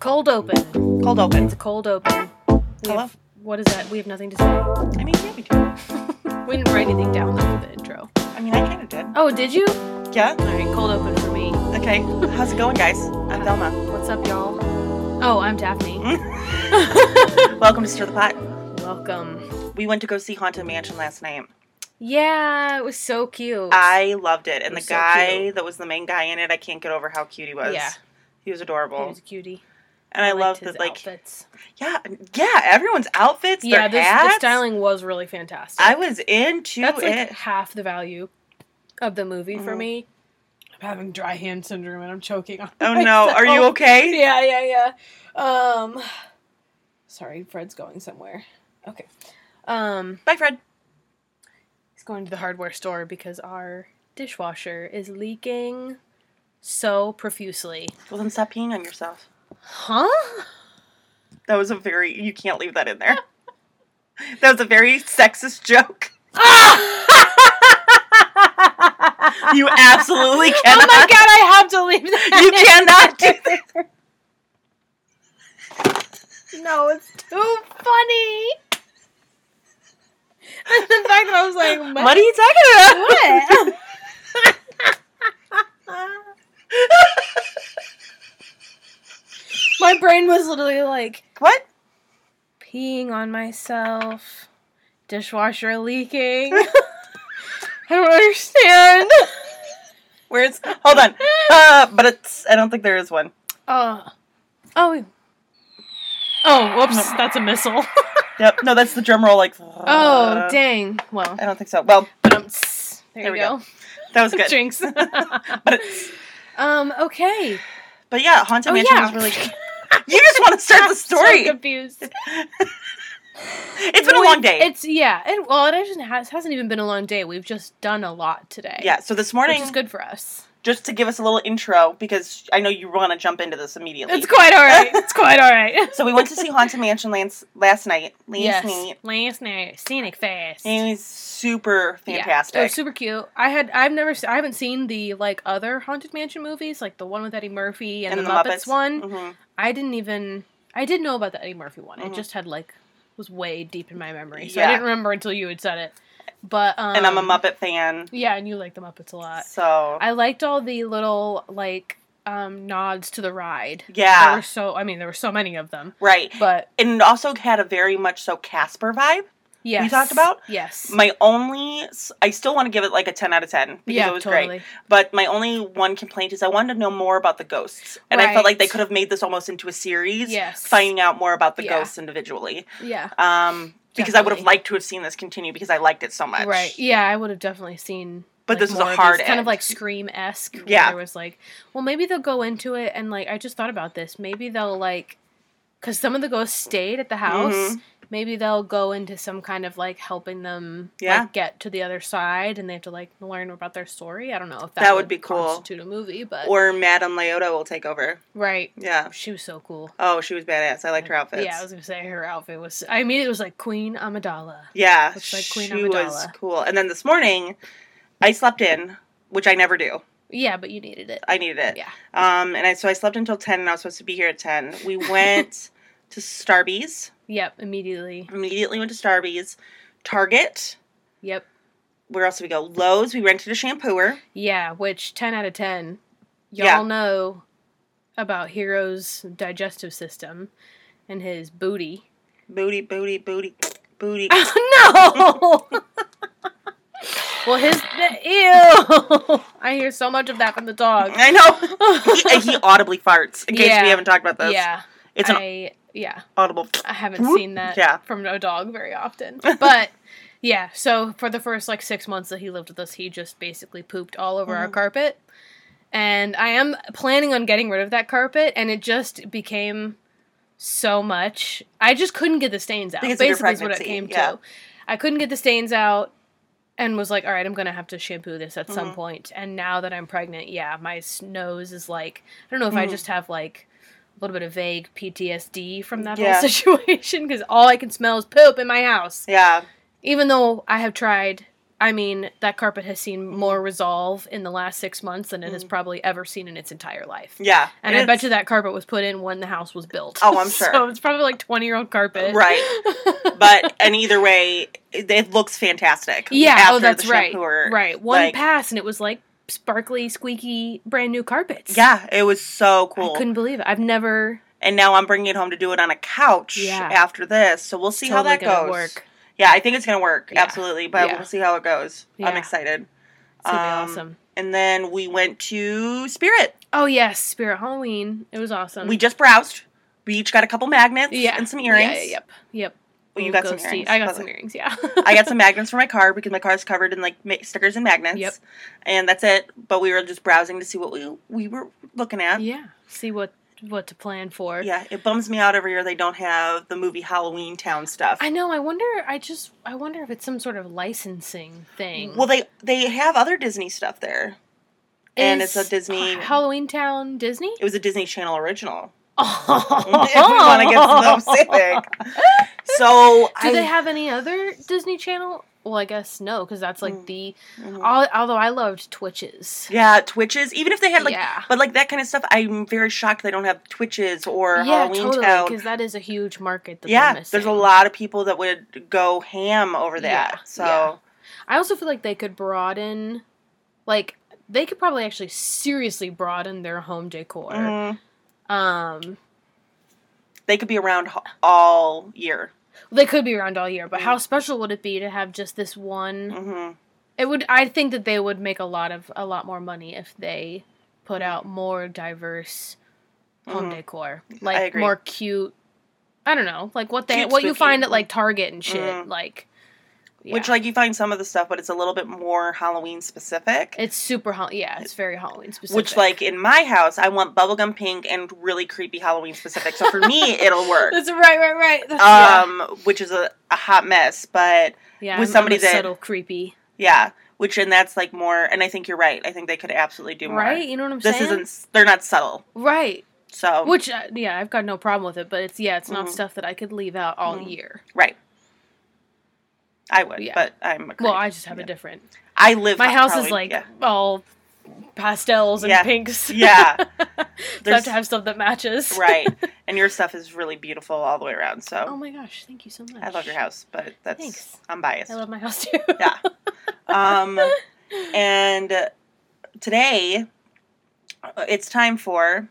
Cold open. Cold open. It's a cold open. We Hello? have- what is that? We have nothing to say. I mean, yeah, we do. We didn't write anything down though for the intro. I mean, I kind of did. Oh, did you? Yeah. All right, cold open for me. Okay. How's it going, guys? I'm Delma. What's up, y'all? Oh, I'm Daphne. Welcome to Stir the Pot. Welcome. We went to go see Haunted Mansion last night. Yeah, it was so cute. I loved it, and It the was so guy cute. that was the main guy in it, I can't get over how cute he was. Yeah. He was He adorable, was a cutie. and I, liked loved his that. Like, outfits. yeah, yeah, everyone's outfits, Yeah, their this, the hats. styling was really fantastic. I was into That's like it. half the value of the movie for Mhm. me. I'm having dry hand syndrome and I'm choking on. Oh no, are you myself. okay? yeah, yeah, yeah. Um, sorry, Fred's going somewhere. Okay. Um, Bye, Fred. he's going to the hardware store because our dishwasher is leaking so profusely. Well, then stop peeing on yourself. Huh? That was a very you can't leave that in there. that was a very sexist joke. You absolutely Oh cannot. my god, I have to leave that. You cannot do that. No, it's too funny. And the fact that I was like, what? What are you talking about? What? My brain was literally like What? peeing on myself, dishwasher leaking. I don't understand. Where's? Hold on. Uh, but it's. I don't think there is one. Oh. Oh. Oh, whoops, that's a missile. Yep. No, that's the drum roll. Like. Oh, dang. Well, I don't think so. Well, but um, there, Uh, There you we go. go. that was good. Jinx. But it's. um, okay. But yeah, haunted Oh, mansion yeah. was really. You just want to start the story. So confused. It's been a long day. It's yeah. It, well, it actually has, hasn't even been a long day. We've just done a lot today. yeah. So this which morning, is good for us. just to give us a little intro, because I know you want to jump into this immediately. It's quite all right. It's quite all right. So we went to see Haunted Mansion last, last night. Last yes, night. last night, scenic fest. And it was super Yeah, fantastic. It was super cute. I had I've never se- I haven't seen the like other haunted mansion movies like the one with Eddie Murphy and, the, Muppets, one. Mhm. I didn't even I did know about the Eddie Murphy one. It Mhm. just had like was way deep in my memory, so I Yeah. didn't remember until you had said it. But um, and I'm a Muppet fan. Yeah, and you like the Muppets a lot. So I liked all the little like um nods to the ride. There yeah, were so I mean there were so many of them, right. but And it also had a very much so Casper vibe. yes. talked about? yes. My only, I still want to give it like a 10 out of 10 because yeah, it was totally. great. But my only one complaint is I wanted to know more about the ghosts. And I felt Right. like they could have made this almost into a series, Yes. finding out more about the Yeah. ghosts individually. Yeah. Um, because I would Definitely. have liked to have seen this continue because I liked it so much. Right. Yeah, I would have definitely seen. But like, this is a more of hard these, kind of end. like Scream esque. Yeah. There was like, well, maybe they'll go into it and like I just thought about this. Maybe they'll like, because some of the ghosts stayed at the house. Mhm. Maybe they'll go into some kind of like helping them Yeah. like, get to the other side, and they have to like learn about their story. I don't know if that, That would be cool. Constitute a movie, but Or Madame Leota will take over. right. Yeah. She was so cool. Oh, she was badass. I liked her outfits. Yeah, I was gonna say her outfit was. I immediately was like Queen Amidala. Yeah, Looks like Queen she was Amidala. cool. And then this morning, I slept in, which I never do. Yeah, but you needed it. I needed it. Yeah. Um, and I, so I slept until ten, and I was supposed to be here at ten. We went to Starbucks. Yep, immediately. Immediately went to Starbucks, Target. Yep. Where else did we go? Lowe's. We rented a shampooer. Yeah, which 10 out of 10. Y'all Yeah. know about Hero's digestive system and his booty. Booty, booty, booty, booty. Oh, no! well, his. Ew! I hear so much of that from the dog. I know. he, he audibly farts. In case Yeah. we haven't talked about this, yeah. it's an I, yeah. audible. I haven't Whoop. seen that Yeah. from a dog very often. But. Yeah, so for the first like six months that he lived with us, he just basically pooped all over our Mhm. carpet. And I am planning on getting rid of that carpet, and it just became so much. I just couldn't get the stains out. Because of your basically, is what it pregnancy, came yeah. to. I couldn't get the stains out. and was like, all right, I'm going to have to shampoo this at some Mhm. point. And now that I'm pregnant, yeah, my s- nose is like, I don't know if I Mhm. just have like a little bit of vague PTSD from that Yeah. whole situation because all I can smell is poop in my house. Yeah. Even though I have tried, I mean, that carpet has seen more resolve in the last six months than it has Mhm. probably ever seen in its entire life. Yeah. And I bet It's- you that carpet was put in when the house was built. Oh, I'm sure. so it's probably like 20 year old carpet. Right. But and either way, it, it looks fantastic. Yeah. After oh, that's the right. shampooer. Right. One like- pass, and it was like sparkly, squeaky, brand new carpets. Yeah, it was so cool. I couldn't believe it. I've never and now I'm bringing it home to do it on a couch Yeah. after this. So we'll see totally how that gonna goes. work. Yeah, I think it's gonna work Yeah. absolutely, but Yeah. we'll see how it goes. I'm Yeah. excited. It's gonna Um, be awesome. And then we went to Spirit. Oh yes, Spirit Halloween. It was awesome. We just browsed. We each got a couple magnets yeah and some earrings. Yeah, yeah, yep, yep. Well, you Little got some ghosty- earrings, I got but- some earrings. Yeah. I got some magnets for my car because my car is covered in like ma- stickers and magnets. Yep. And that's it. But we were just browsing to see what we we were looking at. Yeah. yeah. See what what to plan for. it bums me out every year they don't have the movie Halloween Town stuff. I know. I wonder. I just. I wonder if it's some sort of licensing thing. well, they they have other Disney stuff there. and it's a Is Disney- Halloween Town Disney. It was a Disney Channel original. Oh, if we want to get specific. So Do I, they have any other Disney Channel? Well, I guess no, because that's like Mm. the. Mhm. Al- although I loved Twitches. yeah, Twitches. Even if they had like, yeah, but like that kind of stuff, I'm very shocked they don't have Twitches or yeah, Halloween totally, Town. because that is a huge market. That they're Yeah, there's a missing. lot of people that would go ham over that. Yeah, so yeah. I also feel like they could broaden, like they could probably actually seriously broaden their home decor. mhm. Um, they could be around h- all year. they could be around all year, but Mm. how special would it be to have just this one? hmm It would. I think that they would make a lot of a lot more money if they put out more diverse home Mhm. decor, like agree. more cute. I don't know, like what they Cute, what you spooky. find at like Target and shit, Mhm. like. Which yeah. like you find some of the stuff, but it's a little bit more Halloween specific. it's super Hall- yeah, it's very Halloween specific. Which like in my house, I want bubblegum pink and really creepy Halloween specific. So for me, it'll work. that's right, right, right. That's, yeah. um, which is a, a hot mess. But yeah, with I'm- I'm somebody a that- subtle creepy, yeah, which and that's like more. And I think you're right. I think they could absolutely do more. right? You know what I'm This saying? isn't. Oh. They're not subtle. right. So Which uh, yeah, I've got no problem with it, but it's yeah, it's not Mhm. stuff that I could leave out all Mhm. year. right, I would. Yeah. But I'm. A Well, creep. I just have Yeah. a different. I live. My ho- house probably- is like Yeah. all pastels and Yeah. pinks. Yeah. so I have There's- to have stuff that matches. right, and your stuff is really beautiful all the way around. So Oh my gosh, thank you so much. I love your house, but that's Thanks. I'm biased. I love my house too. Yeah. um, and uh, today uh, it's time for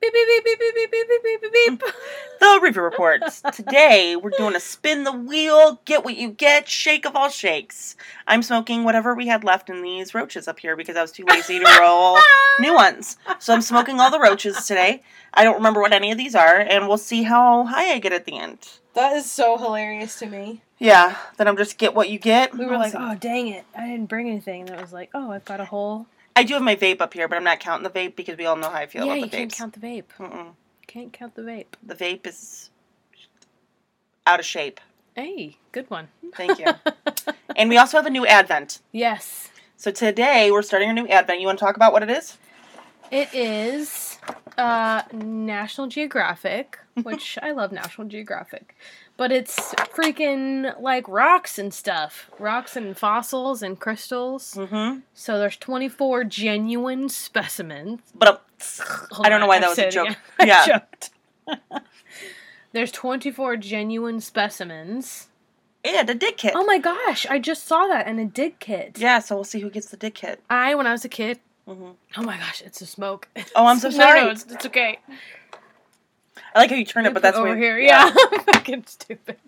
beep, beep, beep, beep, beep, beep, beep, beep, beep, Mm. beep. the review reports. Today, we're doing a spin the wheel, get what you get, shake of all shakes. I'm smoking whatever we had left in these roaches up here because I was too lazy to roll new ones. So I'm smoking all the roaches today. I don't remember what any of these are, and we'll see how high I get at the end. That is so hilarious to me. Yeah, then I'm just get what you get. We were like, Awesome. oh, dang it. I didn't bring anything. And it was like, oh, I've got a whole. I do have my vape up here, but I'm not counting the vape because we all know how I feel yeah, about you the can't vapes. count the vape. Mm-mm. Can't count the vape. The vape is out of shape. Hey, good one. Thank you. and we also have a new advent. yes. So today we're starting a new advent. You want to talk about what it is? It is uh, National Geographic, which I love National Geographic, but it's freaking like rocks and stuff, rocks and fossils and crystals. Mm-hmm. So there's 24 genuine specimens. But Hold I don't know on, why I've that was said a it joke. again. I Yeah, joked. there's 24 genuine specimens. yeah, the dick kit. Oh my gosh, I just saw that in a dig kit. yeah, so we'll see who gets the dick kit. I, when I was a kid, hmm oh my gosh, it's a smoke. Oh, I'm so No, sorry. No, it's, it's okay. I like how you turn it, but that's over where- here. Yeah, fucking stupid.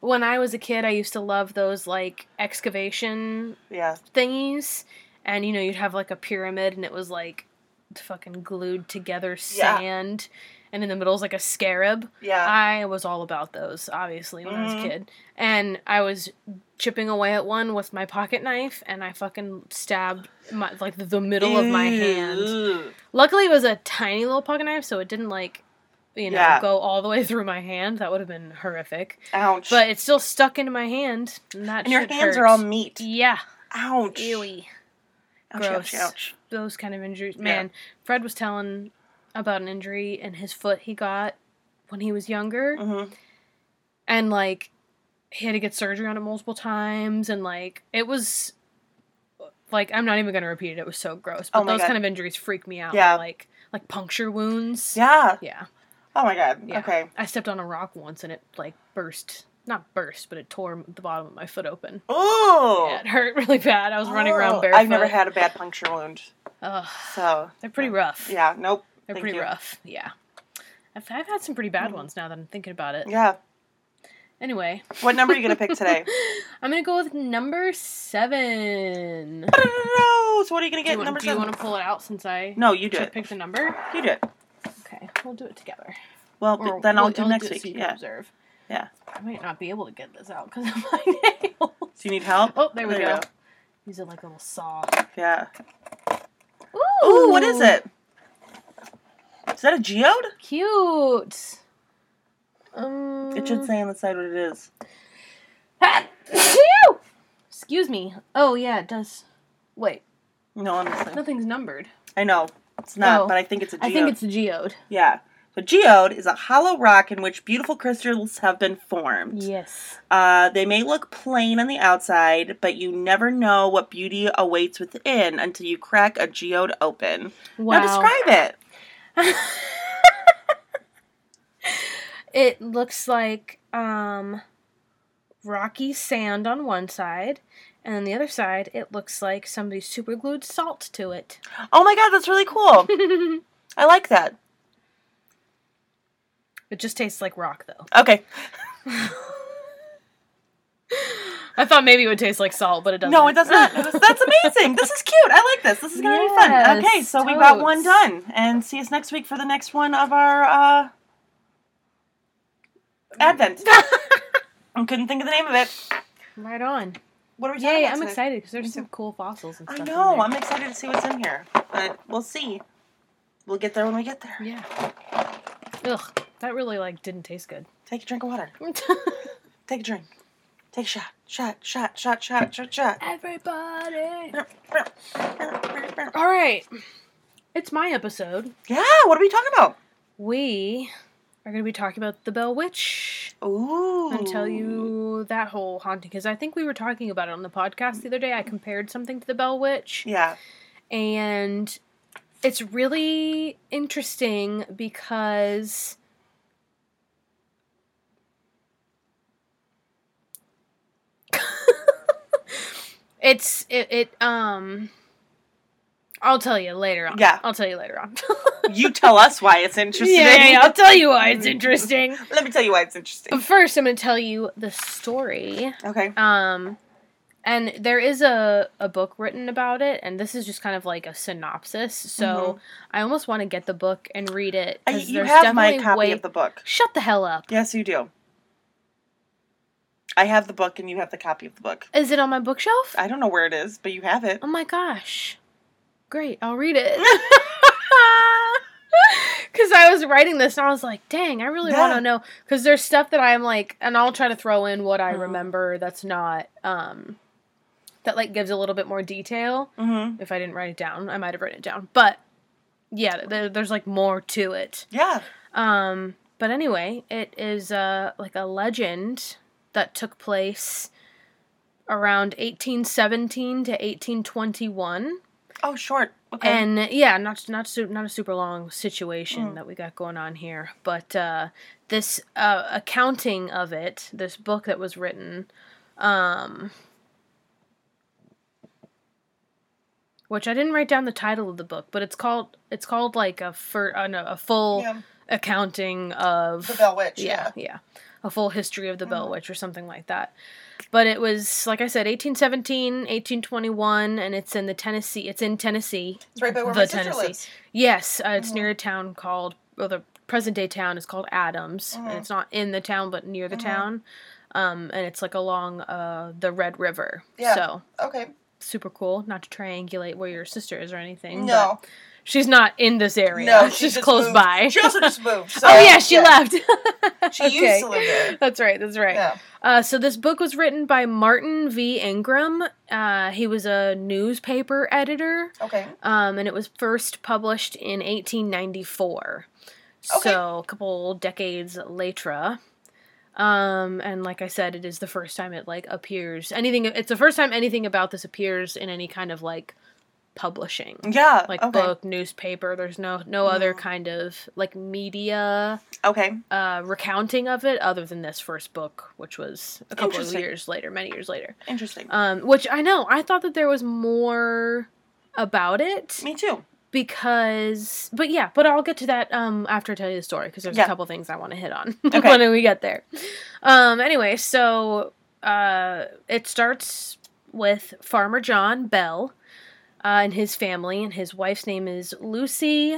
When I was a kid, I used to love those like excavation yeah, thingies, and you know, you'd have like a pyramid, and it was like fucking glued together Yeah. Uh. sand, and in the middle is like a scarab. yeah. I was all about those, obviously, when I was Mhm. a kid, and I was chipping away at one with my pocket knife, and I fucking stabbed my like the middle of my hand. Ooh. Luckily, it was a tiny little pocket knife, so it didn't like you know, Yeah. go all the way through my hand. That would have been horrific. Ouch. But it's still stuck into my hand. And, that and your shit hands are hurts. all meat. Yeah. Ouch. Ewy. Ouch, ouch, gross. ouch. Those kind of injuries. Yeah. Man, Fred was telling about an injury in his foot he got when he was younger. Mhm. and like he had to get surgery on it multiple times and like it was like I'm not even gonna repeat it. It was so gross. But Oh my those God. kind of injuries freak me out. Yeah. Like like puncture wounds. Yeah. Yeah. Oh my god. Yeah. Okay. I stepped on a rock once and it like burst. Not burst, but it tore the bottom of my foot open. Ooh. Yeah, it hurt really bad. I was running Oh, around barefoot. I've never had a bad puncture wound. Ugh, So, they're pretty rough. yeah, nope. They're thank pretty you. rough. Yeah. I've, I've had some pretty bad Mhm. ones now that I'm thinking about it. Yeah. Anyway, What number are you going to pick today? I'm gonna go with number seven. No. So, what are you going to Do get you, want, number do you seven? want to pull it out since I No, you do should it. pick the number? You do it. Okay, we'll do it together. Well, Or then I'll we'll- do I'll next it week. so you can yeah. Observe. Yeah. I might not be able to get this out because of my nails. So you need help? Oh, there we There you go. go. Use it like a little saw. Yeah. Ooh, Ooh, what is it? Is that a geode? Cute. Um, It should say on the side what it is. Phew! Excuse me. Oh yeah, it does. Wait, No, honestly. nothing's numbered. I know. It's not, Oh. but I think it's a geode. I think it's a geode. yeah. So geode is a hollow rock in which beautiful crystals have been formed. Yes. Uh, they may look plain on the outside, but you never know what beauty awaits within until you crack a geode open. Wow. Now describe it. It looks like um rocky sand on one side, and on the other side it looks like somebody super glued salt to it. Oh my god, that's really cool. it I like that. just tastes like rock though. Okay. I thought maybe it would taste like salt, but it doesn't. No, it does not. That's that's amazing. This is cute. I like this. This is gonna be fun. Yes, Okay, so we got one totes. done, and see us next week for the next one of our uh, Mm. Advent. I couldn't think of the name of it. right on. What are we talking Yay, about? I'm today? excited because there's some cool fossils and I stuff. in know. there. I'm excited to see what's in here, but we'll see. We'll get there when we get there. Yeah. Ugh, that really like didn't taste good. Take a drink of water. Take a drink. Take a shot. Shot. Shot. Shot. Shot. Shot. Shot. Everybody. All right. It's my episode. Yeah. What are we talking about? We are going to be talking about the Bell Witch Ooh. and tell you that whole haunting because I think we were talking about it on the podcast the other day. I compared something to the Bell Witch, Yeah. and it's really interesting because it's it, it um. I'll tell you later on. Yeah. I'll tell you later on. You tell us why it's interesting. Yeah, yeah, I'll tell you why it's interesting. Let me tell you why it's But interesting. first, I'm going to tell you the story. Okay. Um, and there is a, a book written about it, and this is just kind of like a synopsis. So I almost want to get the book and read it. Mm-hmm. I, 'cause you there's have my definitely copy way- of the book. Shut the hell up. Yes, you do. I have the book, and you have the copy of the book. Is it on my bookshelf? I don't know where it is, but you have it. oh my gosh. Great. I'll read it. Because I was writing this and I was like, dang, I really want Yeah. to know. Because there's stuff that I'm like, and I'll try to throw in what I Mhm. remember that's not, um, that like gives a little bit more detail. mm-hmm. If I didn't write it down, I might have written it down. But yeah, there, there's like more to it. Yeah. Um, but anyway, it is uh, like a legend that took place around 1817 to 1821 Oh, short. Okay. and uh, yeah, not not su- not a super long situation Mm. that we got going on here, but uh, this uh, accounting of it, this book that was written, um, which I didn't write down the title of the book, but it's called it's called like a fur uh, no, a full yeah. accounting of The Bell Witch. yeah, yeah. A full history of the Bell Mhm. Witch or something like that. But it was like I said 1817, 1821 and it's in the Tennessee it's in Tennessee. It's right by where my The sister Tennessee. lives. Yes, uh, it's near a Mm-hmm. town called well the present day town is called Adams Mhm. Mm-hmm. and it's not in the town but near the Mhm. town. Um and it's like along uh the Red River. Yeah. So Okay. super cool not to triangulate where your sister is or anything but She's not in this area. No, she she's just close moved. by. She also just moved. So, oh yeah, she left. She Okay. used to live there. That's right. That's right. Yeah. Uh, so this book was written by Martin V. Ingram. Uh, he was a newspaper editor, Okay. um, and it was first published in 1894. Okay. So a couple decades later. Um, and like I said, it is the first time it like appears anything. It's the first time anything about this appears in any kind of like publishing, Yeah. like okay. book, newspaper. There's no no other kind of like media Okay. uh, recounting of it other than this first book, which was a couple of Interesting. years later, many years later. Interesting. Um, which I know, I thought that there was more about it Me too. because, but yeah, but I'll get to that um, after I tell you the story because there's Yeah. a couple things I want to hit on Okay. when we get there. Um, anyway, so uh, it starts with Farmer John Bell uh, and his family, and his wife's name is Lucy.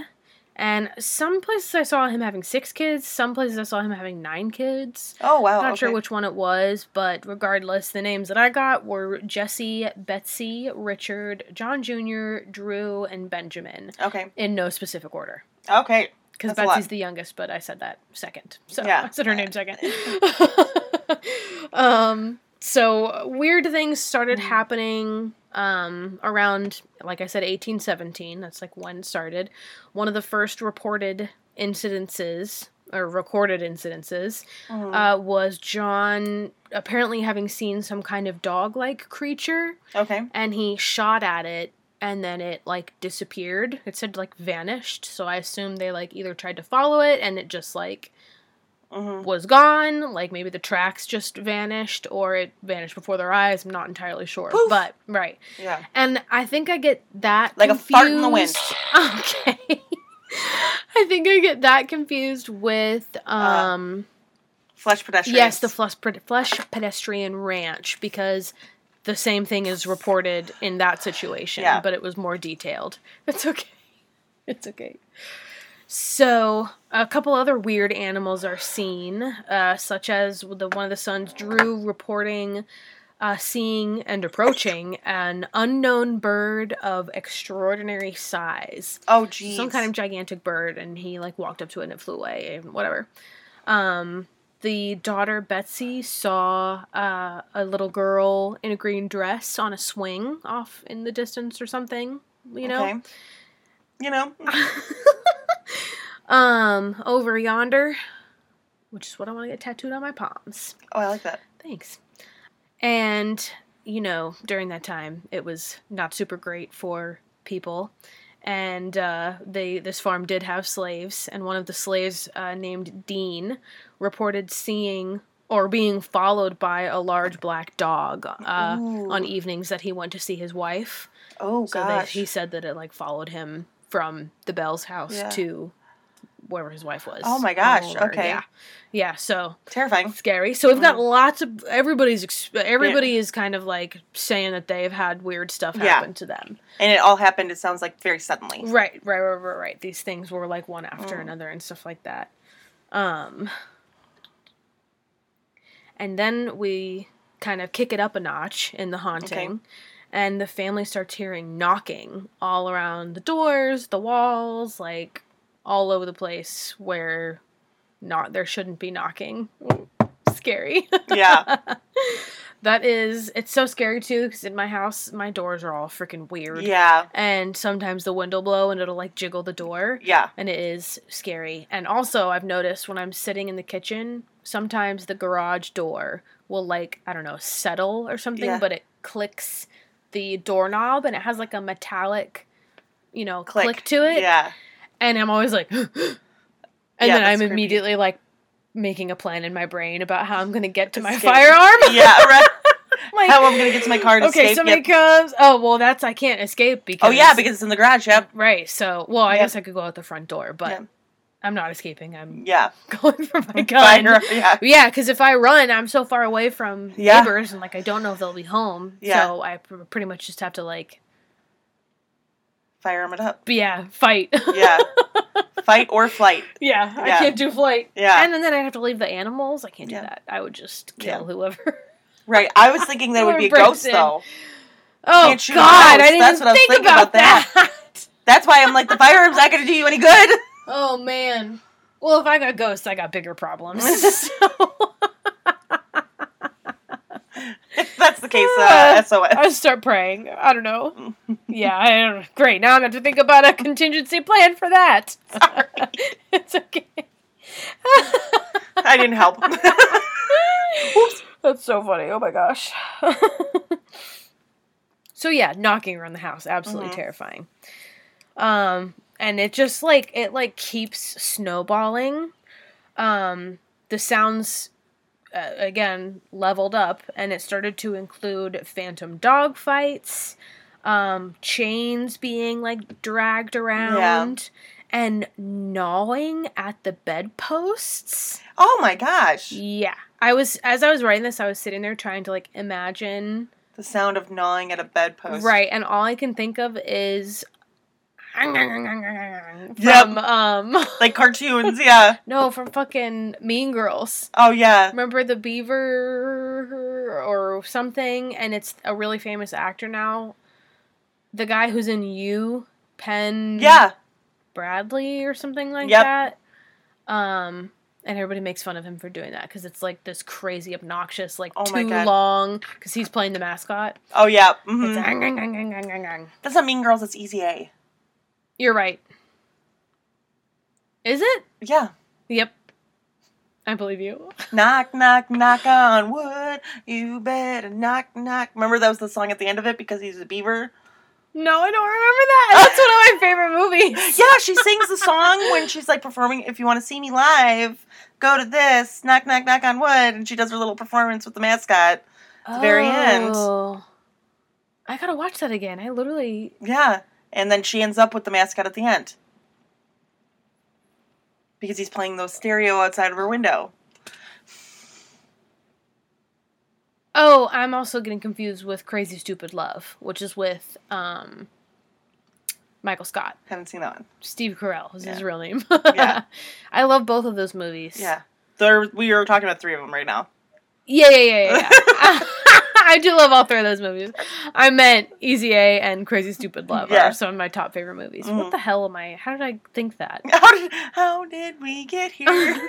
And some places I saw him having six kids, some places I saw him having nine kids. Oh wow. Not okay. sure which one it was, but regardless, the names that I got were Jesse, Betsy, Richard, John Jr., Drew, and Benjamin Okay. in no specific order. Okay. Because That's a lot. Betsy's the youngest, but I said that second. So Yeah. I said her name second. um, so weird things started Mm. happening um, around, like I said, 1817. That's like when it started. One of the first reported incidences or recorded incidences Mm. uh, was John apparently having seen some kind of dog like creature okay. and he shot at it and then it like disappeared. It said like vanished. So I assume they like either tried to follow it and it just like hmm was gone. Like maybe the tracks just vanished or it vanished before their eyes. I'm not entirely sure. Poof. But right. Yeah. And I think I get that Like a fart in the wind. confused- Okay. I think I get that confused with Uh, um Flesh pedestrians. Yes, the flush, flesh pedestrian ranch because the same thing is reported in that situation, Yeah. but it was more detailed. It's okay. It's okay. So, a couple other weird animals are seen, uh, such as the one of the sons, Drew, reporting uh, seeing and approaching an unknown bird of extraordinary size oh geez. some kind of gigantic bird and he like walked up to it and it flew away and whatever um the daughter betsy saw uh, a little girl in a green dress on a swing off in the distance or something you know Okay. You know. um over yonder which is what i want to get tattooed on my palms Oh, I like that. Thanks. And, you know, during that time, it was not super great for people. And uh, they this farm did have slaves, and one of the slaves uh, named Dean reported seeing or being followed by a large black dog uh, Ooh. on evenings that he went to see his wife. Oh So they, gosh. he said that it like followed him from the Bell's house Yeah. to wherever his wife was. Oh my gosh, Or- okay. Yeah. Yeah. So Terrifying. scary. So we've got Mm-hmm. lots of everybody's ex- everybody is kind of like saying that they've had weird stuff Yeah. happen to them. And it all happened. It sounds like very suddenly. Right, right, right, right, right. These things were like one after Mm. another and stuff like that. Um and then we kind of kick it up a notch in the haunting. And the family starts hearing knocking all around the doors, the walls, like all over the place where not there shouldn't be knocking. Scary. Yeah. that is it's so scary too because in my house my doors are all freaking weird Yeah. and sometimes the wind will blow and it'll like jiggle the door Yeah. and it is scary and also i've noticed when i'm sitting in the kitchen sometimes the garage door will like i don't know settle or something Yeah. but it clicks the doorknob and it has like a metallic you know click, to it Yeah. and i'm always like and Yeah, then i'm that's creepy. immediately like making a plan in my brain about how i'm gonna get to It's my scary. firearm Yeah. Right. like, How I'm gonna get to my car and okay, escape? somebody Yep. comes. Oh well, that's I can't escape because. Oh yeah, because it's in the garage. Yep. right. So well, I Yep. guess I could go out the front door, but Yep. I'm not escaping. I'm Yeah. going for my gun. Fire. Yeah. Yeah, because if I run, I'm so far away from Yeah. neighbors, and like I don't know if they'll be home. Yeah. So I pr- pretty much just have to like, Firearm it up. yeah, fight. Yeah. Fight or flight. yeah, I Yeah. can't do flight. Yeah. And then, then I'd have to leave the animals. I can't do Yeah. that. I would just Yeah. kill whoever. Right. I was thinking that it would be a Whoever breaks ghost in. though. Oh Can't shoot a God, mouse. I didn't That's even what I was think thinking about, about that. that. That's why I'm like the firearm's not going to do you any good. Oh man. Well, if I got ghosts, I got bigger problems. so If that's the case, Ah. uh, SOS. I start praying. I don't know. Yeah, I don't, great. Now I'm gonna have to think about a contingency plan for that. it's okay. I didn't help. That's so funny. Oh my gosh. so yeah, knocking around the house absolutely Mhm. terrifying. Um and it just like it like keeps snowballing. Um the sounds uh, again leveled up and it started to include phantom dog fights, um chains being like dragged around and gnawing at the bedposts. oh my gosh. Yeah. I was as I was writing this, I was sitting there trying to like imagine The sound of gnawing at a bedpost. right, and all I can think of is from Mm. Yep. um Like cartoons, yeah. no from fucking Mean Girls. Oh yeah. Remember the Beaver or something, and it's a really famous actor now. The guy who's in You, Penn Yeah. Bradley or something like Yep. that. Um, and everybody makes fun of him for doing that because it's like this crazy, obnoxious, like Oh my too God. long because he's playing the mascot. Oh yeah. It's hmm "Ang, ang, ang, ang, ang, ang, ang." That's not Mean Girls, it's Easy A. You're right. Is it? Yeah. Yep. I believe you. Knock, knock, knock on wood. You better knock, knock. Remember that was the song at the end of it because he's a beaver? No, I don't remember that. That's one of my favorite movies. Yeah, she sings the song when she's like performing. If you want to see me live, go to this. Knock, knock, knock on wood. And she does her little performance with the mascot. the very end. Oh. I gotta watch that again. I literally. Yeah. And then she ends up with the mascot at the end. Because he's playing those stereo outside of her window. Oh, I'm also getting confused with Crazy Stupid Love, which is with um, Michael Scott. Haven't seen that one. Steve Carell is his Yeah. real name. Yeah. I love both of those movies. Yeah. There, we are talking about three of them right now. Yeah, yeah, yeah, yeah. yeah. I do love all three of those movies. I meant Easy A and Crazy Stupid Love Yeah. are some of my top favorite movies. What Mhm. the hell am I? How did I think that? How did, how did we get here?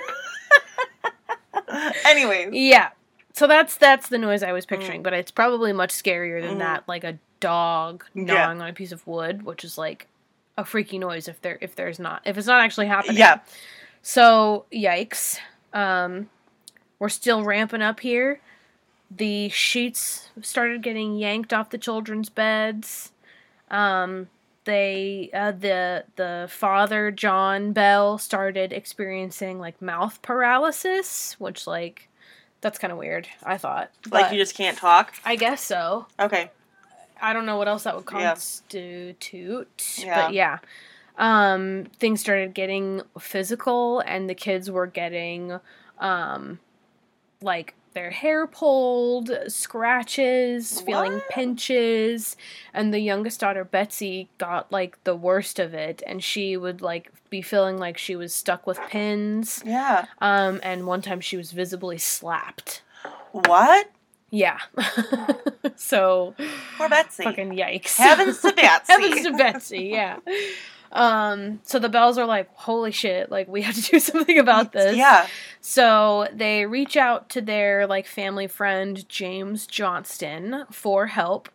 Anyways. Yeah. So that's that's the noise Mm. I was picturing, but it's probably much scarier than Mhm. that, like a dog Yeah. gnawing on a piece of wood, which is like a freaky noise if there if there's not if it's not actually happening. Yeah. So, yikes. Um, we're still ramping up here. The sheets started getting yanked off the children's beds. Um, they uh, the the father John Bell started experiencing like mouth paralysis, which like that's kind of weird. I thought, Like But you just can't talk. I guess so. Okay. I don't know what else that would Yeah. constitute, Yeah. but yeah. Um, things started getting physical, and the kids were getting, um, like their hair pulled, scratches, feeling What? pinches, and the youngest daughter Betsy got like the worst of it, and she would like be feeling like she was stuck with pins. Yeah. Um, and one time she was visibly slapped. What? Yeah. so Poor Betsy. fucking yikes. Heavens to Betsy. Heavens to Betsy, yeah. Um, so the bells are like, holy shit, like we have to do something about this. Yeah. So they reach out to their like family friend James Johnston for help.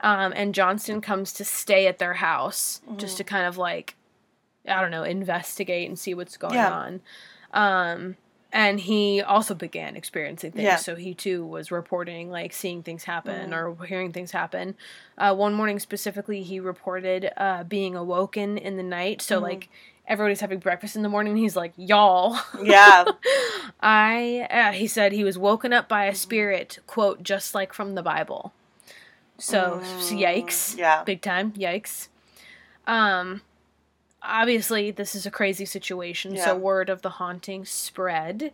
Um, and Johnston comes to stay at their house just Mhm. to kind of like, I don't know, investigate and see what's going Yeah. on. Um, and he also began experiencing things. Yeah. So he too was reporting, like seeing things happen Mhm. or hearing things happen. Uh, one morning specifically, he reported uh, being awoken in the night. So, Mhm. like, everybody's having breakfast in the morning. And he's like, y'all. Yeah. I, uh, he said he was woken up Mm-hmm. by a spirit, quote, just like from the Bible. So, s- yikes. Mm, Yeah. Big time, yikes. Um, obviously, this is a crazy situation, Yeah. so word of the haunting spread.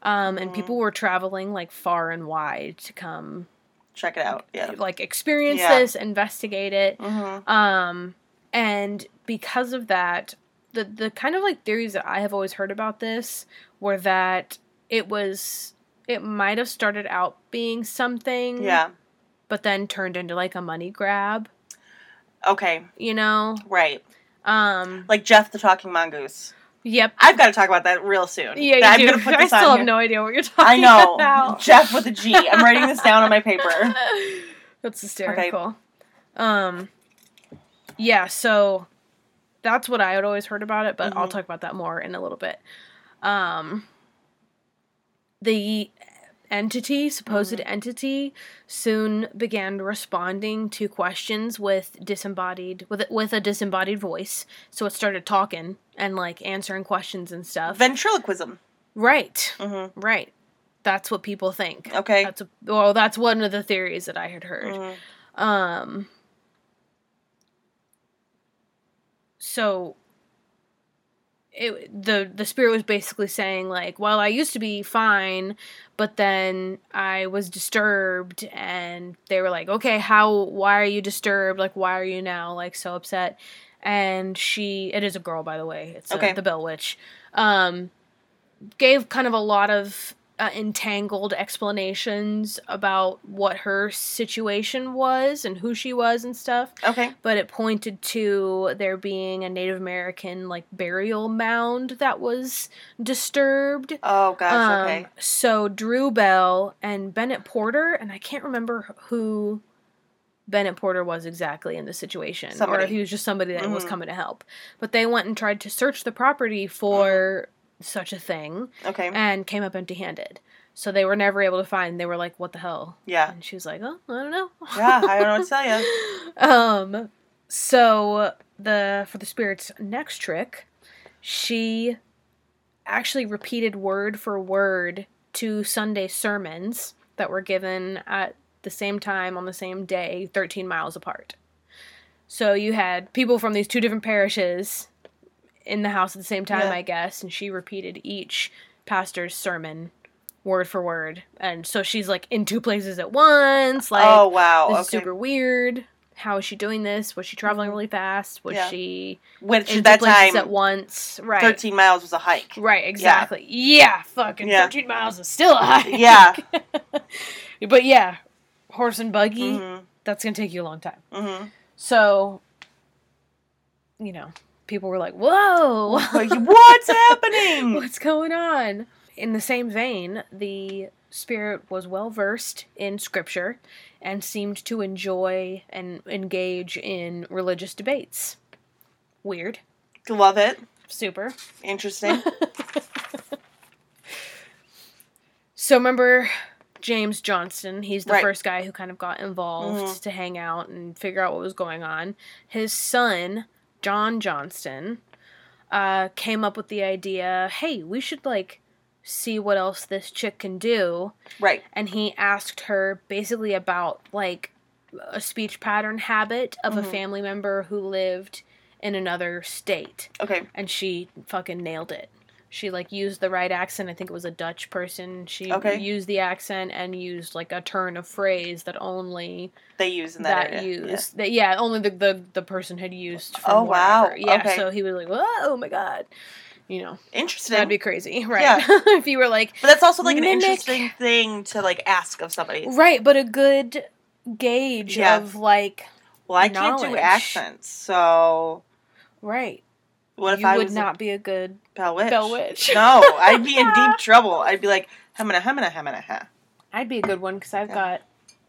Um, and Mhm. people were traveling like far and wide to come, Check it out. Yeah. like experience Yeah. this, investigate it. hmm Um, and because of that, the the kind of like theories that I have always heard about this were that it was it might have started out being something, Yeah. but then turned into like a money grab, Okay. you know, Right. Um, Like Jeff the Talking Mongoose. yep. I've got to talk about that real soon. Yeah, you I'm do. gonna put I this still on have here. no idea what you're talking I know. about. Jeff with a G. I'm writing this down on my paper. That's hysterical. Um, yeah, so that's what I had always heard about it, but I'll Mhm. talk about that more in a little bit. Um, the entity, supposed entity, soon began responding to questions with disembodied with with a disembodied voice. So it started talking and like answering questions and stuff. Ventriloquism. right, hmm right. That's what people think. Okay. That's a, well, that's one of the theories that I had heard. Mhm. Um. So. It the the spirit was basically saying like, well, I used to be fine, but then I was disturbed, and they were like, okay, how? Why are you disturbed? Like, why are you now like so upset? And she, it is a girl, by the way. It's uh, Okay. the Bell Witch. Um, gave kind of a lot of uh, entangled explanations about what her situation was and who she was and stuff Okay. but it pointed to there being a native american like burial mound that was disturbed Oh gosh. Um, okay. so drew bell and bennett porter and i can't remember who bennett porter was exactly in the situation or Somebody. if he was just somebody that was Mhm. coming to help but they went and tried to search the property for Mm-hmm. such a thing Okay. Um, and came up empty handed. So they were never able to find. They were like, "What the hell?" yeah. And she was like, "Oh, I don't know." Yeah. I don't know what to tell you. um, so the for the spirit's next trick, she actually repeated word for word two Sunday sermons that were given at the same time on the same day, thirteen miles apart. So you had people from these two different parishes in the house at the same time, Yeah. I guess, and she repeated each pastor's sermon word for word. And so she's like in two places at once, like oh wow. this Okay. Mm-hmm. is super weird. How is she doing this? Was she traveling really fast? Was Yeah. she Which in two at that places time, at once? Right. thirteen miles was a hike. Right, exactly. Yeah, fucking Yeah. 13 miles is still a hike. Yeah. But yeah, horse and buggy, Mhm. that's going to take you a long time. Mhm. So, you know, people were like, whoa. Like, What's happening? What's going on? In the same vein, the spirit was well versed in scripture and seemed to enjoy and engage in religious debates. Weird. Love it. Super. Interesting. So remember James Johnston, he's the Right. first guy who kind of got involved Mhm. to hang out and figure out what was going on. His son, John Johnston, uh, came up with the idea, hey, we should like see what else this chick can do Right. and he asked her basically about like a speech pattern habit of a Mhm. family member who lived in another state Okay. and she fucking nailed it she like used the right accent i think it was a dutch person she Okay. used the accent and used like a turn of phrase that only They use in that, that, area. used Yeah. that yeah only the, the the person had used from Oh, wow. wherever. yeah Okay. so he was like Whoa, oh my god you know Interesting. that'd be crazy right Yeah. if you were like But that's also like an Mimic. interesting thing to like ask of somebody. Right, but a good gauge Yeah. of like Well, I can't do Knowledge. accents, so right. what if you I would was not be a good a Bell Witch? bell witch. No, I'd be in deep trouble. I'd be like hemina hemina hemina ha. I'd be a good one because I've Yeah. got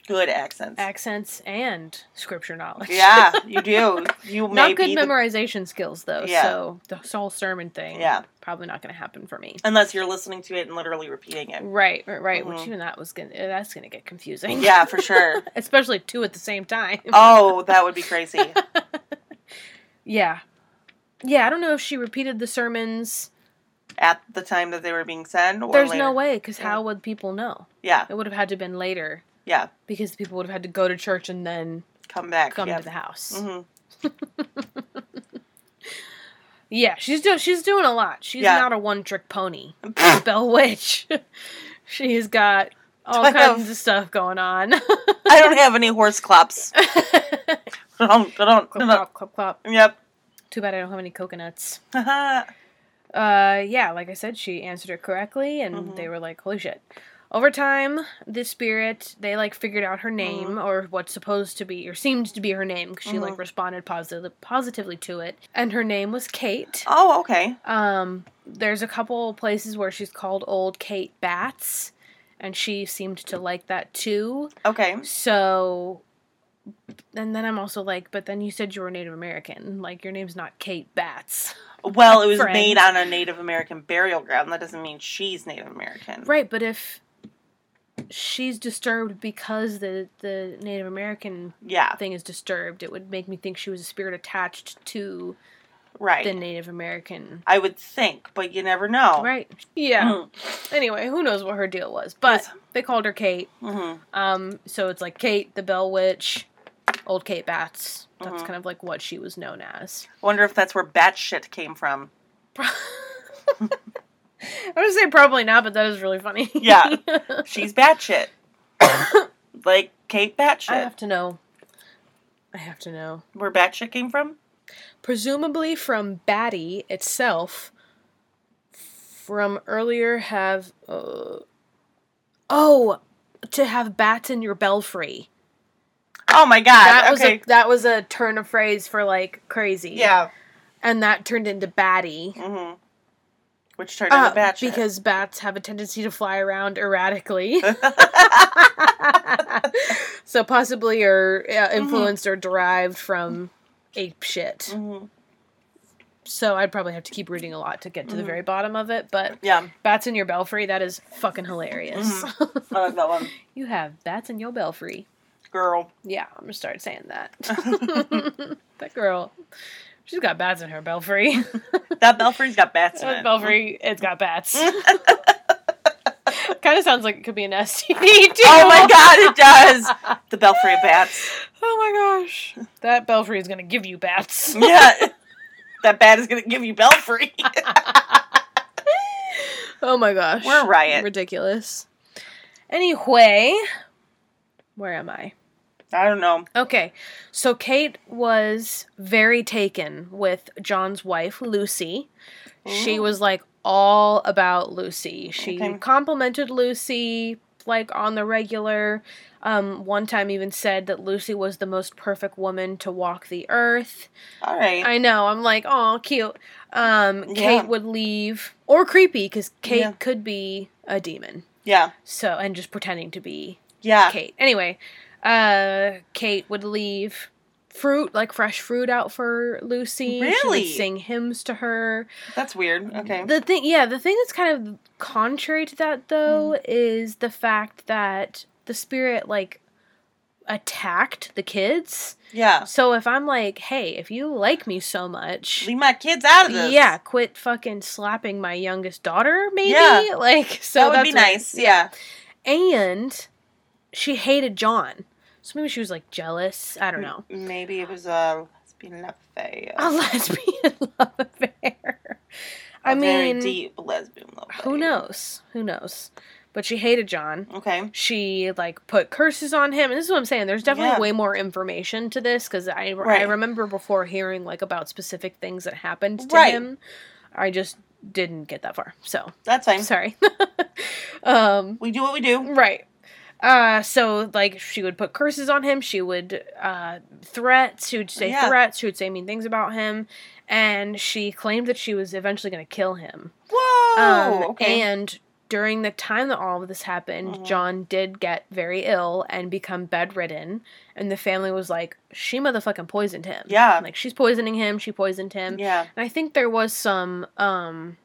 Good accents. accents and scripture knowledge. yeah, you do. You may not good be the- memorization skills though. Yeah. So the whole sermon thing, Yeah, probably not going to happen for me. unless you're listening to it and literally repeating it. Right, right, right. Which Mhm. even that was gonna eh, that's gonna get confusing. Yeah, for sure. especially two at the same time. Oh, that would be crazy. yeah, yeah. I don't know if she repeated the sermons. At the time that they were being said, or There's later. no way because Yeah. how would people know? Yeah, It would have had to been later. yeah. because the people would have had to go to church and then Come back. come yeah. to the house. hmm Yeah, she's doing she's doing a lot. She's Yeah. not a one trick pony. Bell witch. she's got all Do I have- kinds of stuff going on. I don't have any horse claps. clop, Don't- don't- don't- clop, clop, clop. Yep. Too bad I don't have any coconuts. Uh, yeah, like I said, she answered it correctly, and Mhm. they were like, "Holy shit!" Over time, the spirit they like figured out her name or what's supposed to be or seemed to be her name because she like responded positively positively to it, and her name was Kate. Oh, okay. Um, there's a couple places where she's called Old Kate Bats, and she seemed to like that too. Okay. So, and then I'm also like, but then you said you were Native American. Like, your name's not Kate Bats. Well, it was Friend. made on a Native American burial ground. That doesn't mean she's Native American. Right, but if she's disturbed because the, the Native American Yeah. thing is disturbed, it would make me think she was a spirit attached to Right. Oh. the Native American. I would think, but you never know. Right. Yeah. Mhm. Anyway, who knows what her deal was. But Yes. they called her Kate. Mhm. Um, so it's like Kate, the Bell Witch, old Kate Bats. That's Mhm. kind of like what she was known as. Wonder if that's where bat shit came from. Pro- I would say probably not, but that is really funny. Yeah. She's bat shit. like Kate Batshit. I have to know. I have to know. Where bat shit came from? Presumably from Batty itself, from earlier have. Uh, oh, to have bats in your belfry. Oh my god. That was okay. a that was a turn of phrase for like crazy. Yeah. and that turned into batty. Mhm. Which turned into Uh, bat shit. because bats have a tendency to fly around erratically. so possibly are uh, influenced or derived from ape shit. Mhm. So I'd probably have to keep reading a lot to get to the very bottom of it. But Yeah. bats in your belfry, that is fucking hilarious. I like that one. you have bats in your belfry. Girl. Yeah, I'm gonna start saying that. that girl, she's got bats in her belfry. That belfry's got bats in Uh, it. Belfry, it's got bats. kind of sounds like it could be an STD too. Oh my god, it does. The belfry of bats. Oh my gosh. That Belfry is gonna give you bats. Yeah. that bat is gonna give you belfry. oh my gosh. We're a riot. Ridiculous. Anyway, where am I? I don't know. Okay, so Kate was very taken with John's wife, Lucy. She Ooh. was like all about Lucy. She Okay. complimented Lucy like on the regular. Um, one time, even said that Lucy was the most perfect woman to walk the earth. All right. I know. I'm like, oh, cute. Um, Yeah. Kate would leave or creepy because Kate Yeah. could be a demon. yeah. So and just pretending to be Yeah. Kate. Anyway, uh, Kate would leave fruit, like fresh fruit, out for Lucy. She would Really? sing hymns to her. That's weird. Okay. The thing, yeah, the thing that's kind of contrary to that though Mm. is the fact that the spirit like attacked the kids. Yeah. So if I'm like, hey, if you like me so much. Leave my kids out of this. Yeah, quit fucking slapping my youngest daughter, maybe. Yeah. Like, so that would that's be weird. nice. Yeah. and she hated John. So maybe she was like jealous. I don't know. M- Maybe it was a lesbian affair. A lesbian love affair. Oh, I A very mean, deep lesbian love affair. who knows? Who knows? But she hated John. Okay. She like put curses on him, and this is what I'm saying. There's definitely Yeah. way more information to this because I I Right. remember before hearing like about specific things that happened to Right. him. I just didn't get that far, so That's fine. sorry. um, We do what we do. Right. Uh, so like she would put curses on him. She would uh, threats. She would say Yeah. threats. She would say mean things about him, and she claimed that she was eventually going to kill him. Whoa. Um, Oh, okay. And during the time that all of this happened, Mhm. John did get very ill and become bedridden, and the family was like, "She motherfucking poisoned him. Yeah. like she's poisoning him. She poisoned him." yeah. And I think there was some um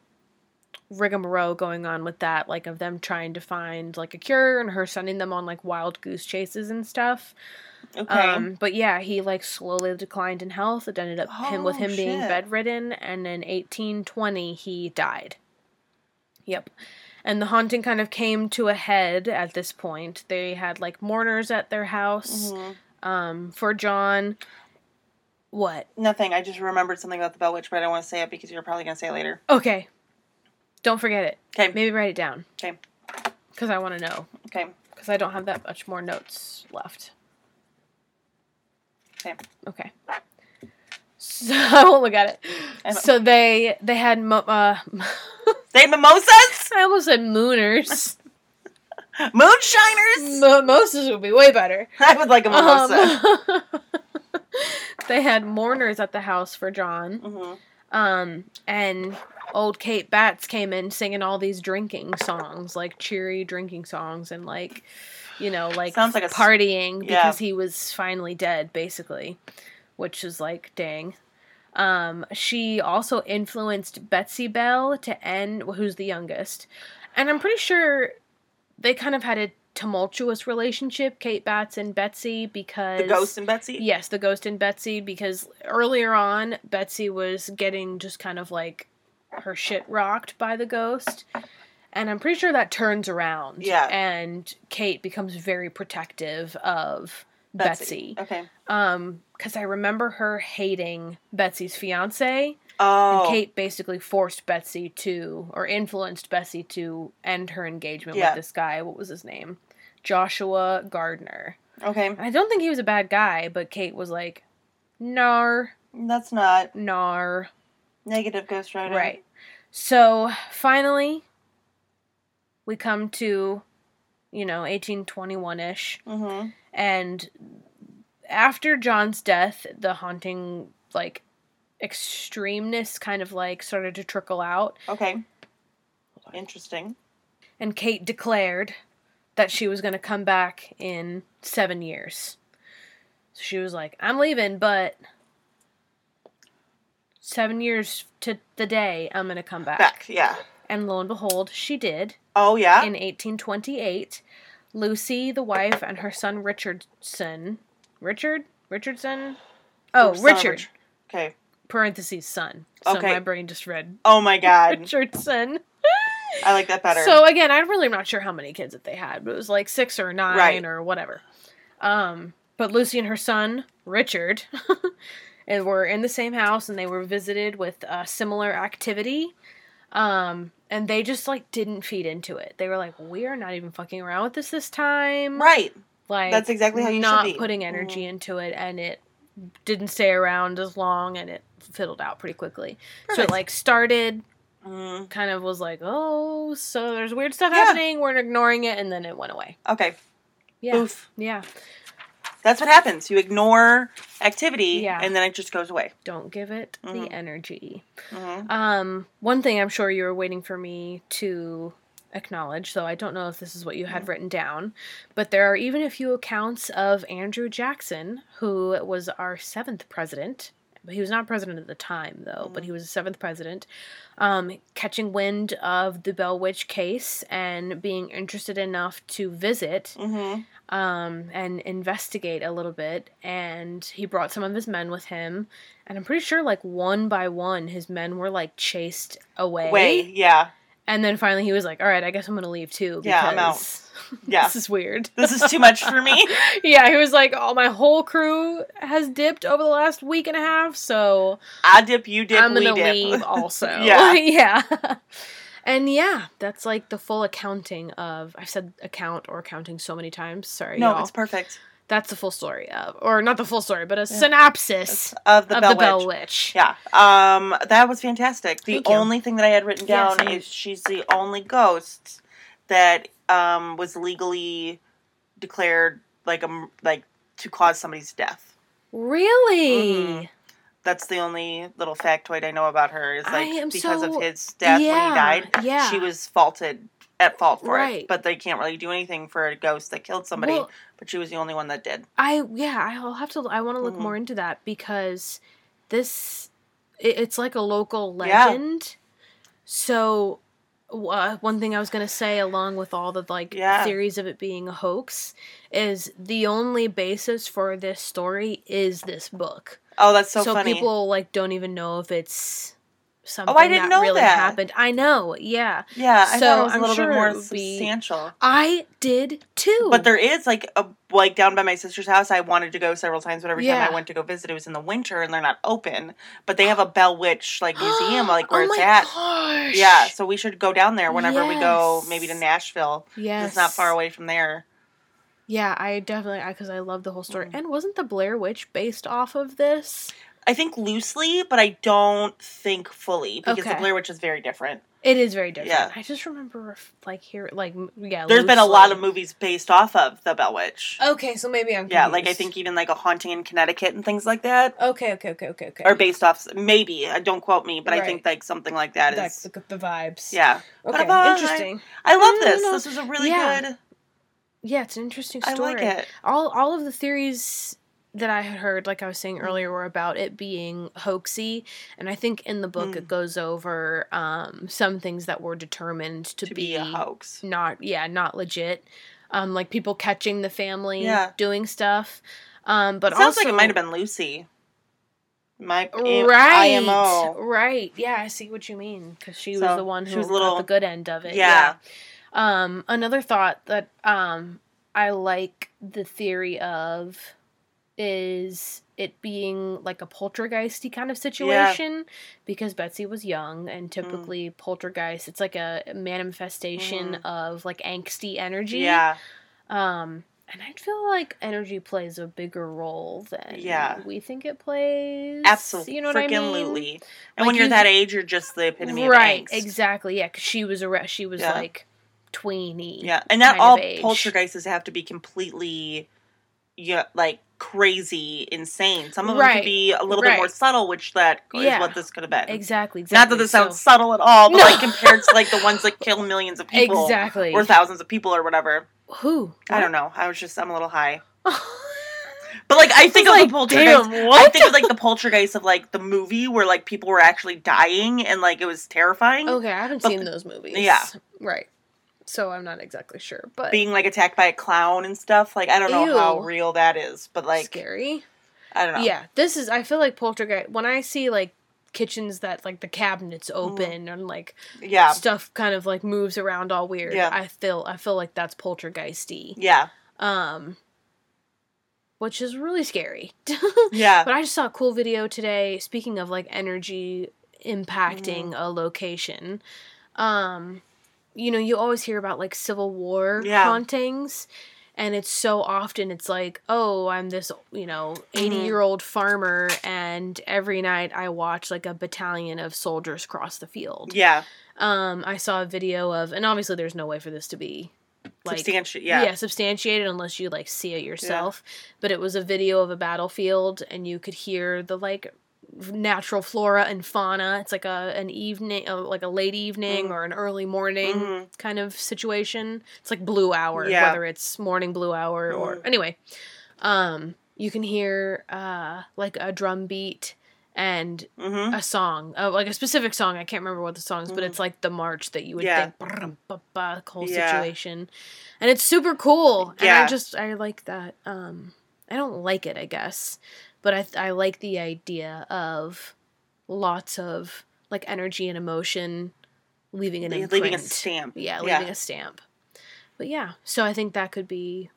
rigmarole going on with that, like of them trying to find like a cure and her sending them on like wild goose chases and stuff. Okay. Um but yeah, he like slowly declined in health. It ended up him with Oh, him being shit. bedridden and in eighteen twenty he died. Yep. And the haunting kind of came to a head at this point. They had like mourners at their house Mhm. um for John. What? Nothing. I just remembered something about the Bell Witch, but I don't want to say it because you're probably going to say it later. Okay. Don't forget it. Okay. Maybe write it down. Okay. Because I want to know. Okay. Because I don't have that much more notes left. Okay. Okay. So I won't look at I it. don't- So they they had mo- uh, Say mimosas? I almost said mooners. Moonshiners! Mimosas would be way better. I would like a mimosa. Um, they had mourners at the house for John. hmm Um, and old Kate Batts came in singing all these drinking songs, like cheery drinking songs, and like, you know, like Sounds like a s- partying yeah. because he was finally dead, basically, which is like, dang. Um, she also influenced Betsy Bell to end, who's the youngest, and I'm pretty sure they kind of had a tumultuous relationship, Kate Batts and Betsy, because The ghost and Betsy? Yes, the ghost and Betsy, because earlier on, Betsy was getting just kind of like her shit rocked by the ghost. And I'm pretty sure that turns around. Yeah. And Kate becomes very protective of Betsy. Okay. Um, because I remember her hating Betsy's fiance. Oh. And Kate basically forced Betsy to, or influenced Betsy to end her engagement Yeah. with this guy. What was his name? Joshua Gardner. Okay. I don't think he was a bad guy, but Kate was like, nar, That's not nar. negative ghostwriting. Right. So finally, we come to, you know, 1821 ish. Mm-hmm. And after John's death, the haunting, like, extremeness kind of like started to trickle out. Okay. Interesting. and Kate declared that she was going to come back in seven years. So she was like, I'm leaving, but seven years to the day, I'm going to come back. Back, yeah. And lo and behold, she did. Oh, yeah? In 1828, Lucy, the wife, and her son Richardson. Richard? Richardson? Oh, Or son of Richard. Rich- Okay. Parentheses, son. So Okay. my brain just read Oh, my God. Richardson. I like that better. So again, I'm really not sure how many kids that they had, but it was like six or nine Right. or whatever. Um, but Lucy and her son Richard and were in the same house, and they were visited with uh, similar activity. Um, and they just like didn't feed into it. They were like, "We are not even fucking around with this this time." right. Like That's exactly how you should not be. Mm-hmm. putting energy into it, and it didn't stay around as long, and it fiddled out pretty quickly. So Perfect. it like started Mm, kind of was like, oh, so there's weird stuff Yeah. happening. We're ignoring it, and then it went away. okay. Yeah, Oof. yeah. That's what happens. You ignore activity, Yeah. and then it just goes away. Don't give it Mhm. the energy. Mm-hmm. Um, one thing I'm sure you were waiting for me to acknowledge, though I don't know if this is what you had written down, but there are even a few accounts of Andrew Jackson, who was our seventh president. He was not president at the time, though, but he was the seventh president. Um, catching wind of the Bell Witch case and being interested enough to visit Mm-hmm. um, and investigate a little bit. And he brought some of his men with him. And I'm pretty sure, like, one by one, his men were, like, chased away. Way. Yeah. And then finally he was like, all right, I guess I'm going to leave too. Yeah, I'm out. because Yeah. This is weird. this is too much for me. yeah, he was like, oh, my whole crew has dipped over the last week and a half, so I dip, you dip, I'm we going to dip. leave also. Yeah. yeah. And yeah, that's like the full accounting of. I've said account or counting so many times. Sorry. no, y'all. it's perfect. That's the full story of, or not the full story, but a synopsis Of the, of Bell, the Bell Witch. Witch. Yeah. Um, that was fantastic. The Thank you. only thing that I had written Yes, down I- is she's the only ghost that um, was legally declared like a m- like to cause somebody's death. Mm-hmm. Really? That's the only little factoid I know about her is I like am because so- of his death when Yeah, he died, yeah. she was faulted at fault for Right. it. But they can't really do anything for a ghost that killed somebody. Well- but she was the only one that did. I yeah, I'll have to. I want to look Mhm. more into that because this it, it's like a local Yeah. legend. So uh, one thing I was gonna say, along with all the like Yeah. theories of it being a hoax, is the only basis for this story is this book. Oh, that's so, so funny. Oh, people like don't even know if it's something didn't that know really that. happened. I know, yeah. yeah, I so thought it was I'm a little sure bit more it would be- substantial. I did too. But there is like a like down by my sister's house. I wanted to go several times, but every time Yeah. I went to go visit, it was in the winter and they're not open. But they have a Bell Witch like museum, like where oh it's my at. Gosh. Yeah, so we should go down there whenever we go, Yes. maybe to Nashville. 'cause Yes. It's not far away from there. Yeah, I definitely because I love the whole Mm. story. And wasn't the Blair Witch based off of this? I think loosely, but I don't think fully because Okay. the Blair Witch is very different. It is very different. Yeah. I just remember like here, like m- yeah. There's been a lot of loosely. Oh movies based off of the Bell Witch. Okay, so maybe I'm. Confused. yeah, like I think even like a haunting in Connecticut and things like that Okay, okay, okay, okay, okay. are based off. Maybe uh, don't quote me, but I think like something like that is. That's the, the vibes. yeah, Okay. Bye-bye. Interesting. I love No, no, this. no. This was a really Yeah. good. Yeah, it's an interesting I story. like it. All all of the theories that I had heard, like I was Mm. saying earlier, were about it being hoaxy, and I think in the book Mm. it goes over um, some things that were determined to, To, be, a hoax. not yeah not legit, um, like people catching the family Yeah. doing stuff. Um, but It sounds also, like it might have been Lucy. My eh, right, IMO. right. Yeah, I see what you mean because she So, was the one she who was a got little- the good end of it. yeah. Yeah. Um, another thought that um I like the theory of is it being like a poltergeisty kind of situation because Betsy was young Mm. and typically poltergeist it's like a manifestation Mm. of like angsty energy. Yeah. Um, and I feel like energy plays a bigger role than Yeah. we think it plays. Absolutely. you know what I mean? Absolutely. And Like, when you're you- that age, you're just the epitome Right, of angst. exactly. Yeah, 'cause she was a re- she was Yeah. like tweeny. Yeah, and not kind of all age. poltergeists have to be completely, yeah, like crazy, insane. Some of them Right, can be a little bit more right. subtle, which that is Yeah, what this could have been. exactly. exactly. Not that this So- sounds subtle at all, but No. like compared to like the ones that kill millions of people exactly. or thousands of people or whatever. Who I don't know. I was just I'm a little high, know. but like I think of like, the poltergeist. damn, I what? think of like the poltergeist of like the movie where like people were actually dying and like it was terrifying. okay, I haven't But- seen those movies. Yeah. right. So I'm not exactly sure, but Being like attacked by a clown and stuff. Like I don't know how Ew. real that is, but like scary. I don't know. Yeah, this is. I feel like poltergeist. When I see like kitchens that like the cabinets Mm-hmm. open and like Yeah. stuff kind of like moves around all weird. Yeah. I feel I feel like that's poltergeisty. Yeah. Um which is really scary. Yeah. but I just saw a cool video today speaking of like energy Mm. impacting a location. Um you know, you always hear about like civil war Yeah. hauntings and it's so often it's like, "Oh, I'm this, you know, Mm-hmm. 80-year-old farmer and every night I watch like a battalion of soldiers cross the field." Yeah. um, I saw a video of, and obviously there's no way for this to be like Substantial. Yeah. substantiated unless you like see it yourself. But it was a video of a battlefield, and you could hear the like natural flora and fauna. It's like a an evening, uh, like a late evening Mhm. or an early morning Mhm. kind of situation. It's like blue hour, Yeah. whether it's morning blue hour or Mhm. anyway. Um, you can hear uh like a drum beat and Mm-hmm. a song, uh, like a specific song. I can't remember what the song is, but Mhm. it's like the march that you would Yeah. think brrm, ba, ba, the whole Yeah. situation, and it's super cool. And Yeah. I just I like that. Um, I don't like it, I guess, but I I like the idea of lots of like energy and emotion leaving an imprint. Leaving a stamp. Yeah, Yeah. leaving a stamp. But yeah, so I think that could be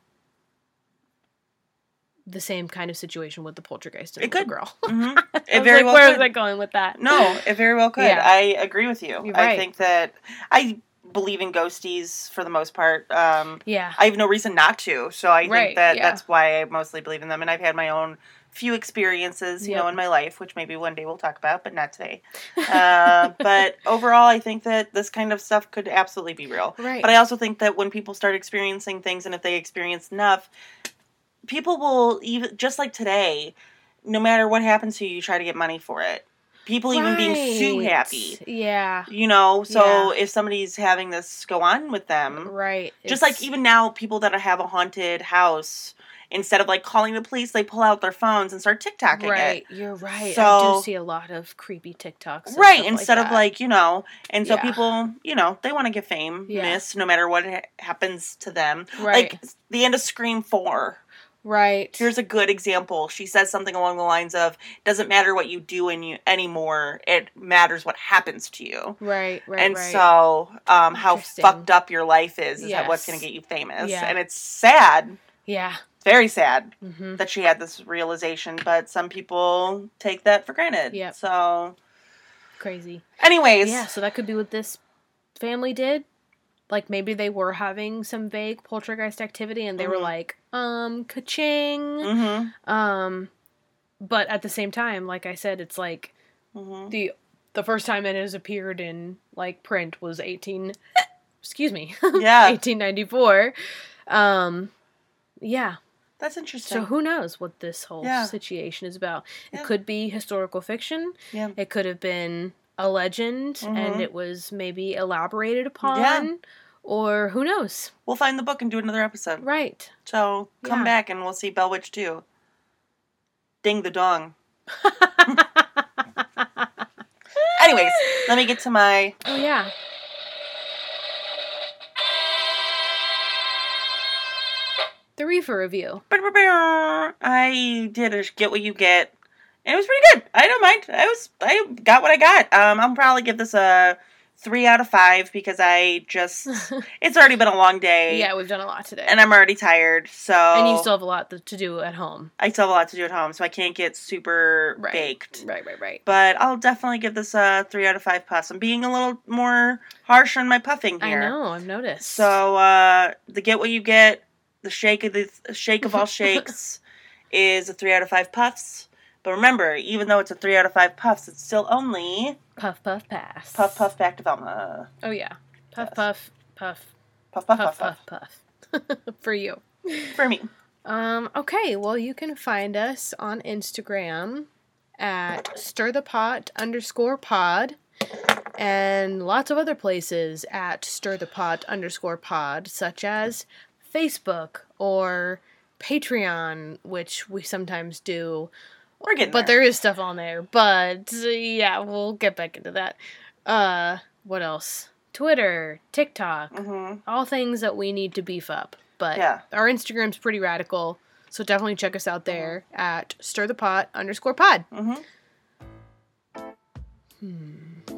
the same kind of situation with the poltergeist and It the little could. girl. hmm I It was very like, well where could. was I going with that? No, it very well could. Yeah. I agree with you. You're I right. think that I believe in ghosties for the most part. Um, Yeah. I have no reason not to. So I think Right, that yeah. that's why I mostly believe in them. And I've had my own few experiences, you know, Yep. in my life, which maybe one day we'll talk about, but not today. Uh, but overall, I think that this kind of stuff could absolutely be real. Right. But I also think that when people start experiencing things, and if they experience enough, people will even just like today. No matter what happens to you, you try to get money for it. People even being sue Right. happy, Yeah. you know. So if somebody's having this go on with them, Right. Um, just It's- like even now, people that have a haunted house, instead of like calling the police, they pull out their phones and start TikToking it. Right. You're right. I So- do see a lot of creepy TikToks. and right stuff instead of that. like you know and so Yeah. people you know they want to get fame Yeah. miss no matter what ha- happens to them Right. like the end of scream 4 Right. here's a good example she says something along the lines of doesn't matter what you do in you anymore it matters what happens to you right. Right. and right. so um, how Interesting. fucked up your life is is that what's Yes. going to get you famous Yeah. and it's sad Yeah. very sad Mm-hmm. that she had this realization but some people take that for granted Yep. so Crazy. anyways Yeah. So that could be what this family did. Like maybe they were having some vague poltergeist activity, and they were Mhm. like, um, ka-ching. mm-hmm, Um, but at the same time, like I said, it's like mm-hmm. the the first time it has appeared in like print was 18 excuse me Yeah, 1894 um yeah that's interesting. so who knows what this whole Yeah. situation is about Yeah. it could be historical fiction Yeah. it could have been a legend Mhm. and it was maybe elaborated upon or who knows We'll find the book and do another episode. right So come Yeah. back and we'll see Bell Witch 2. Ding the dong. Anyways, let me get to my. oh yeah the reefer review I did a get what you get. And it was pretty good. I don't mind. I was I got what I got. Um, I'll probably give this a three out of five because I just it's already been a long day. yeah we've done a lot today And I'm already tired. So and you still have a lot th- to do at home I still have a lot to do at home, so I can't get super Right. baked. right right right But I'll definitely give this a three out of five puffs. I'm being a little more harsh on my puffing i here. know i've noticed So uh, the get what you get, the shake of the shake of all shakes, is a three out of five puffs. But remember, even though it's a three out of five puffs, it's still only puff puff pass puff puff back to Velma. oh yeah puff Yes. puff puff Puff puff puff puff puff, puff puff, for you for me. um okay well you can find us on instagram at stir the pot underscore pod and lots of other places at stir the pot underscore pod such as facebook or patreon which we sometimes do We're getting but there. there is stuff on there. But uh, yeah, we'll get back into that. Uh, what else? Twitter, TikTok, hmm all things that we need to beef up. But Yeah. our Instagram's pretty radical, so definitely check us Uh-huh. out there at stir the pot underscore pod. hmm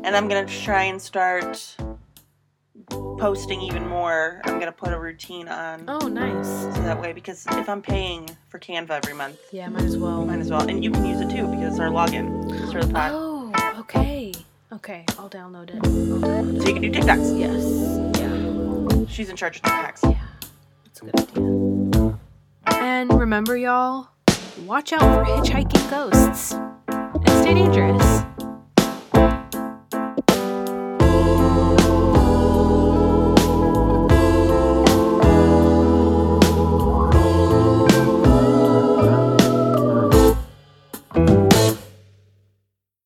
And I'm gonna try and start posting even more. I'm gonna put a routine on Oh, nice. so that way because if I'm paying for Canva every month, Yeah, might as well. might as well. And you can use it too because it's our login. It's for the pod. Oh, okay. Okay, I'll download it. I'll download So you can do TikToks. it. Yes. Yeah. She's in charge of TikToks. Yeah. That's a good idea. And remember, y'all, watch out for hitchhiking ghosts and stay dangerous.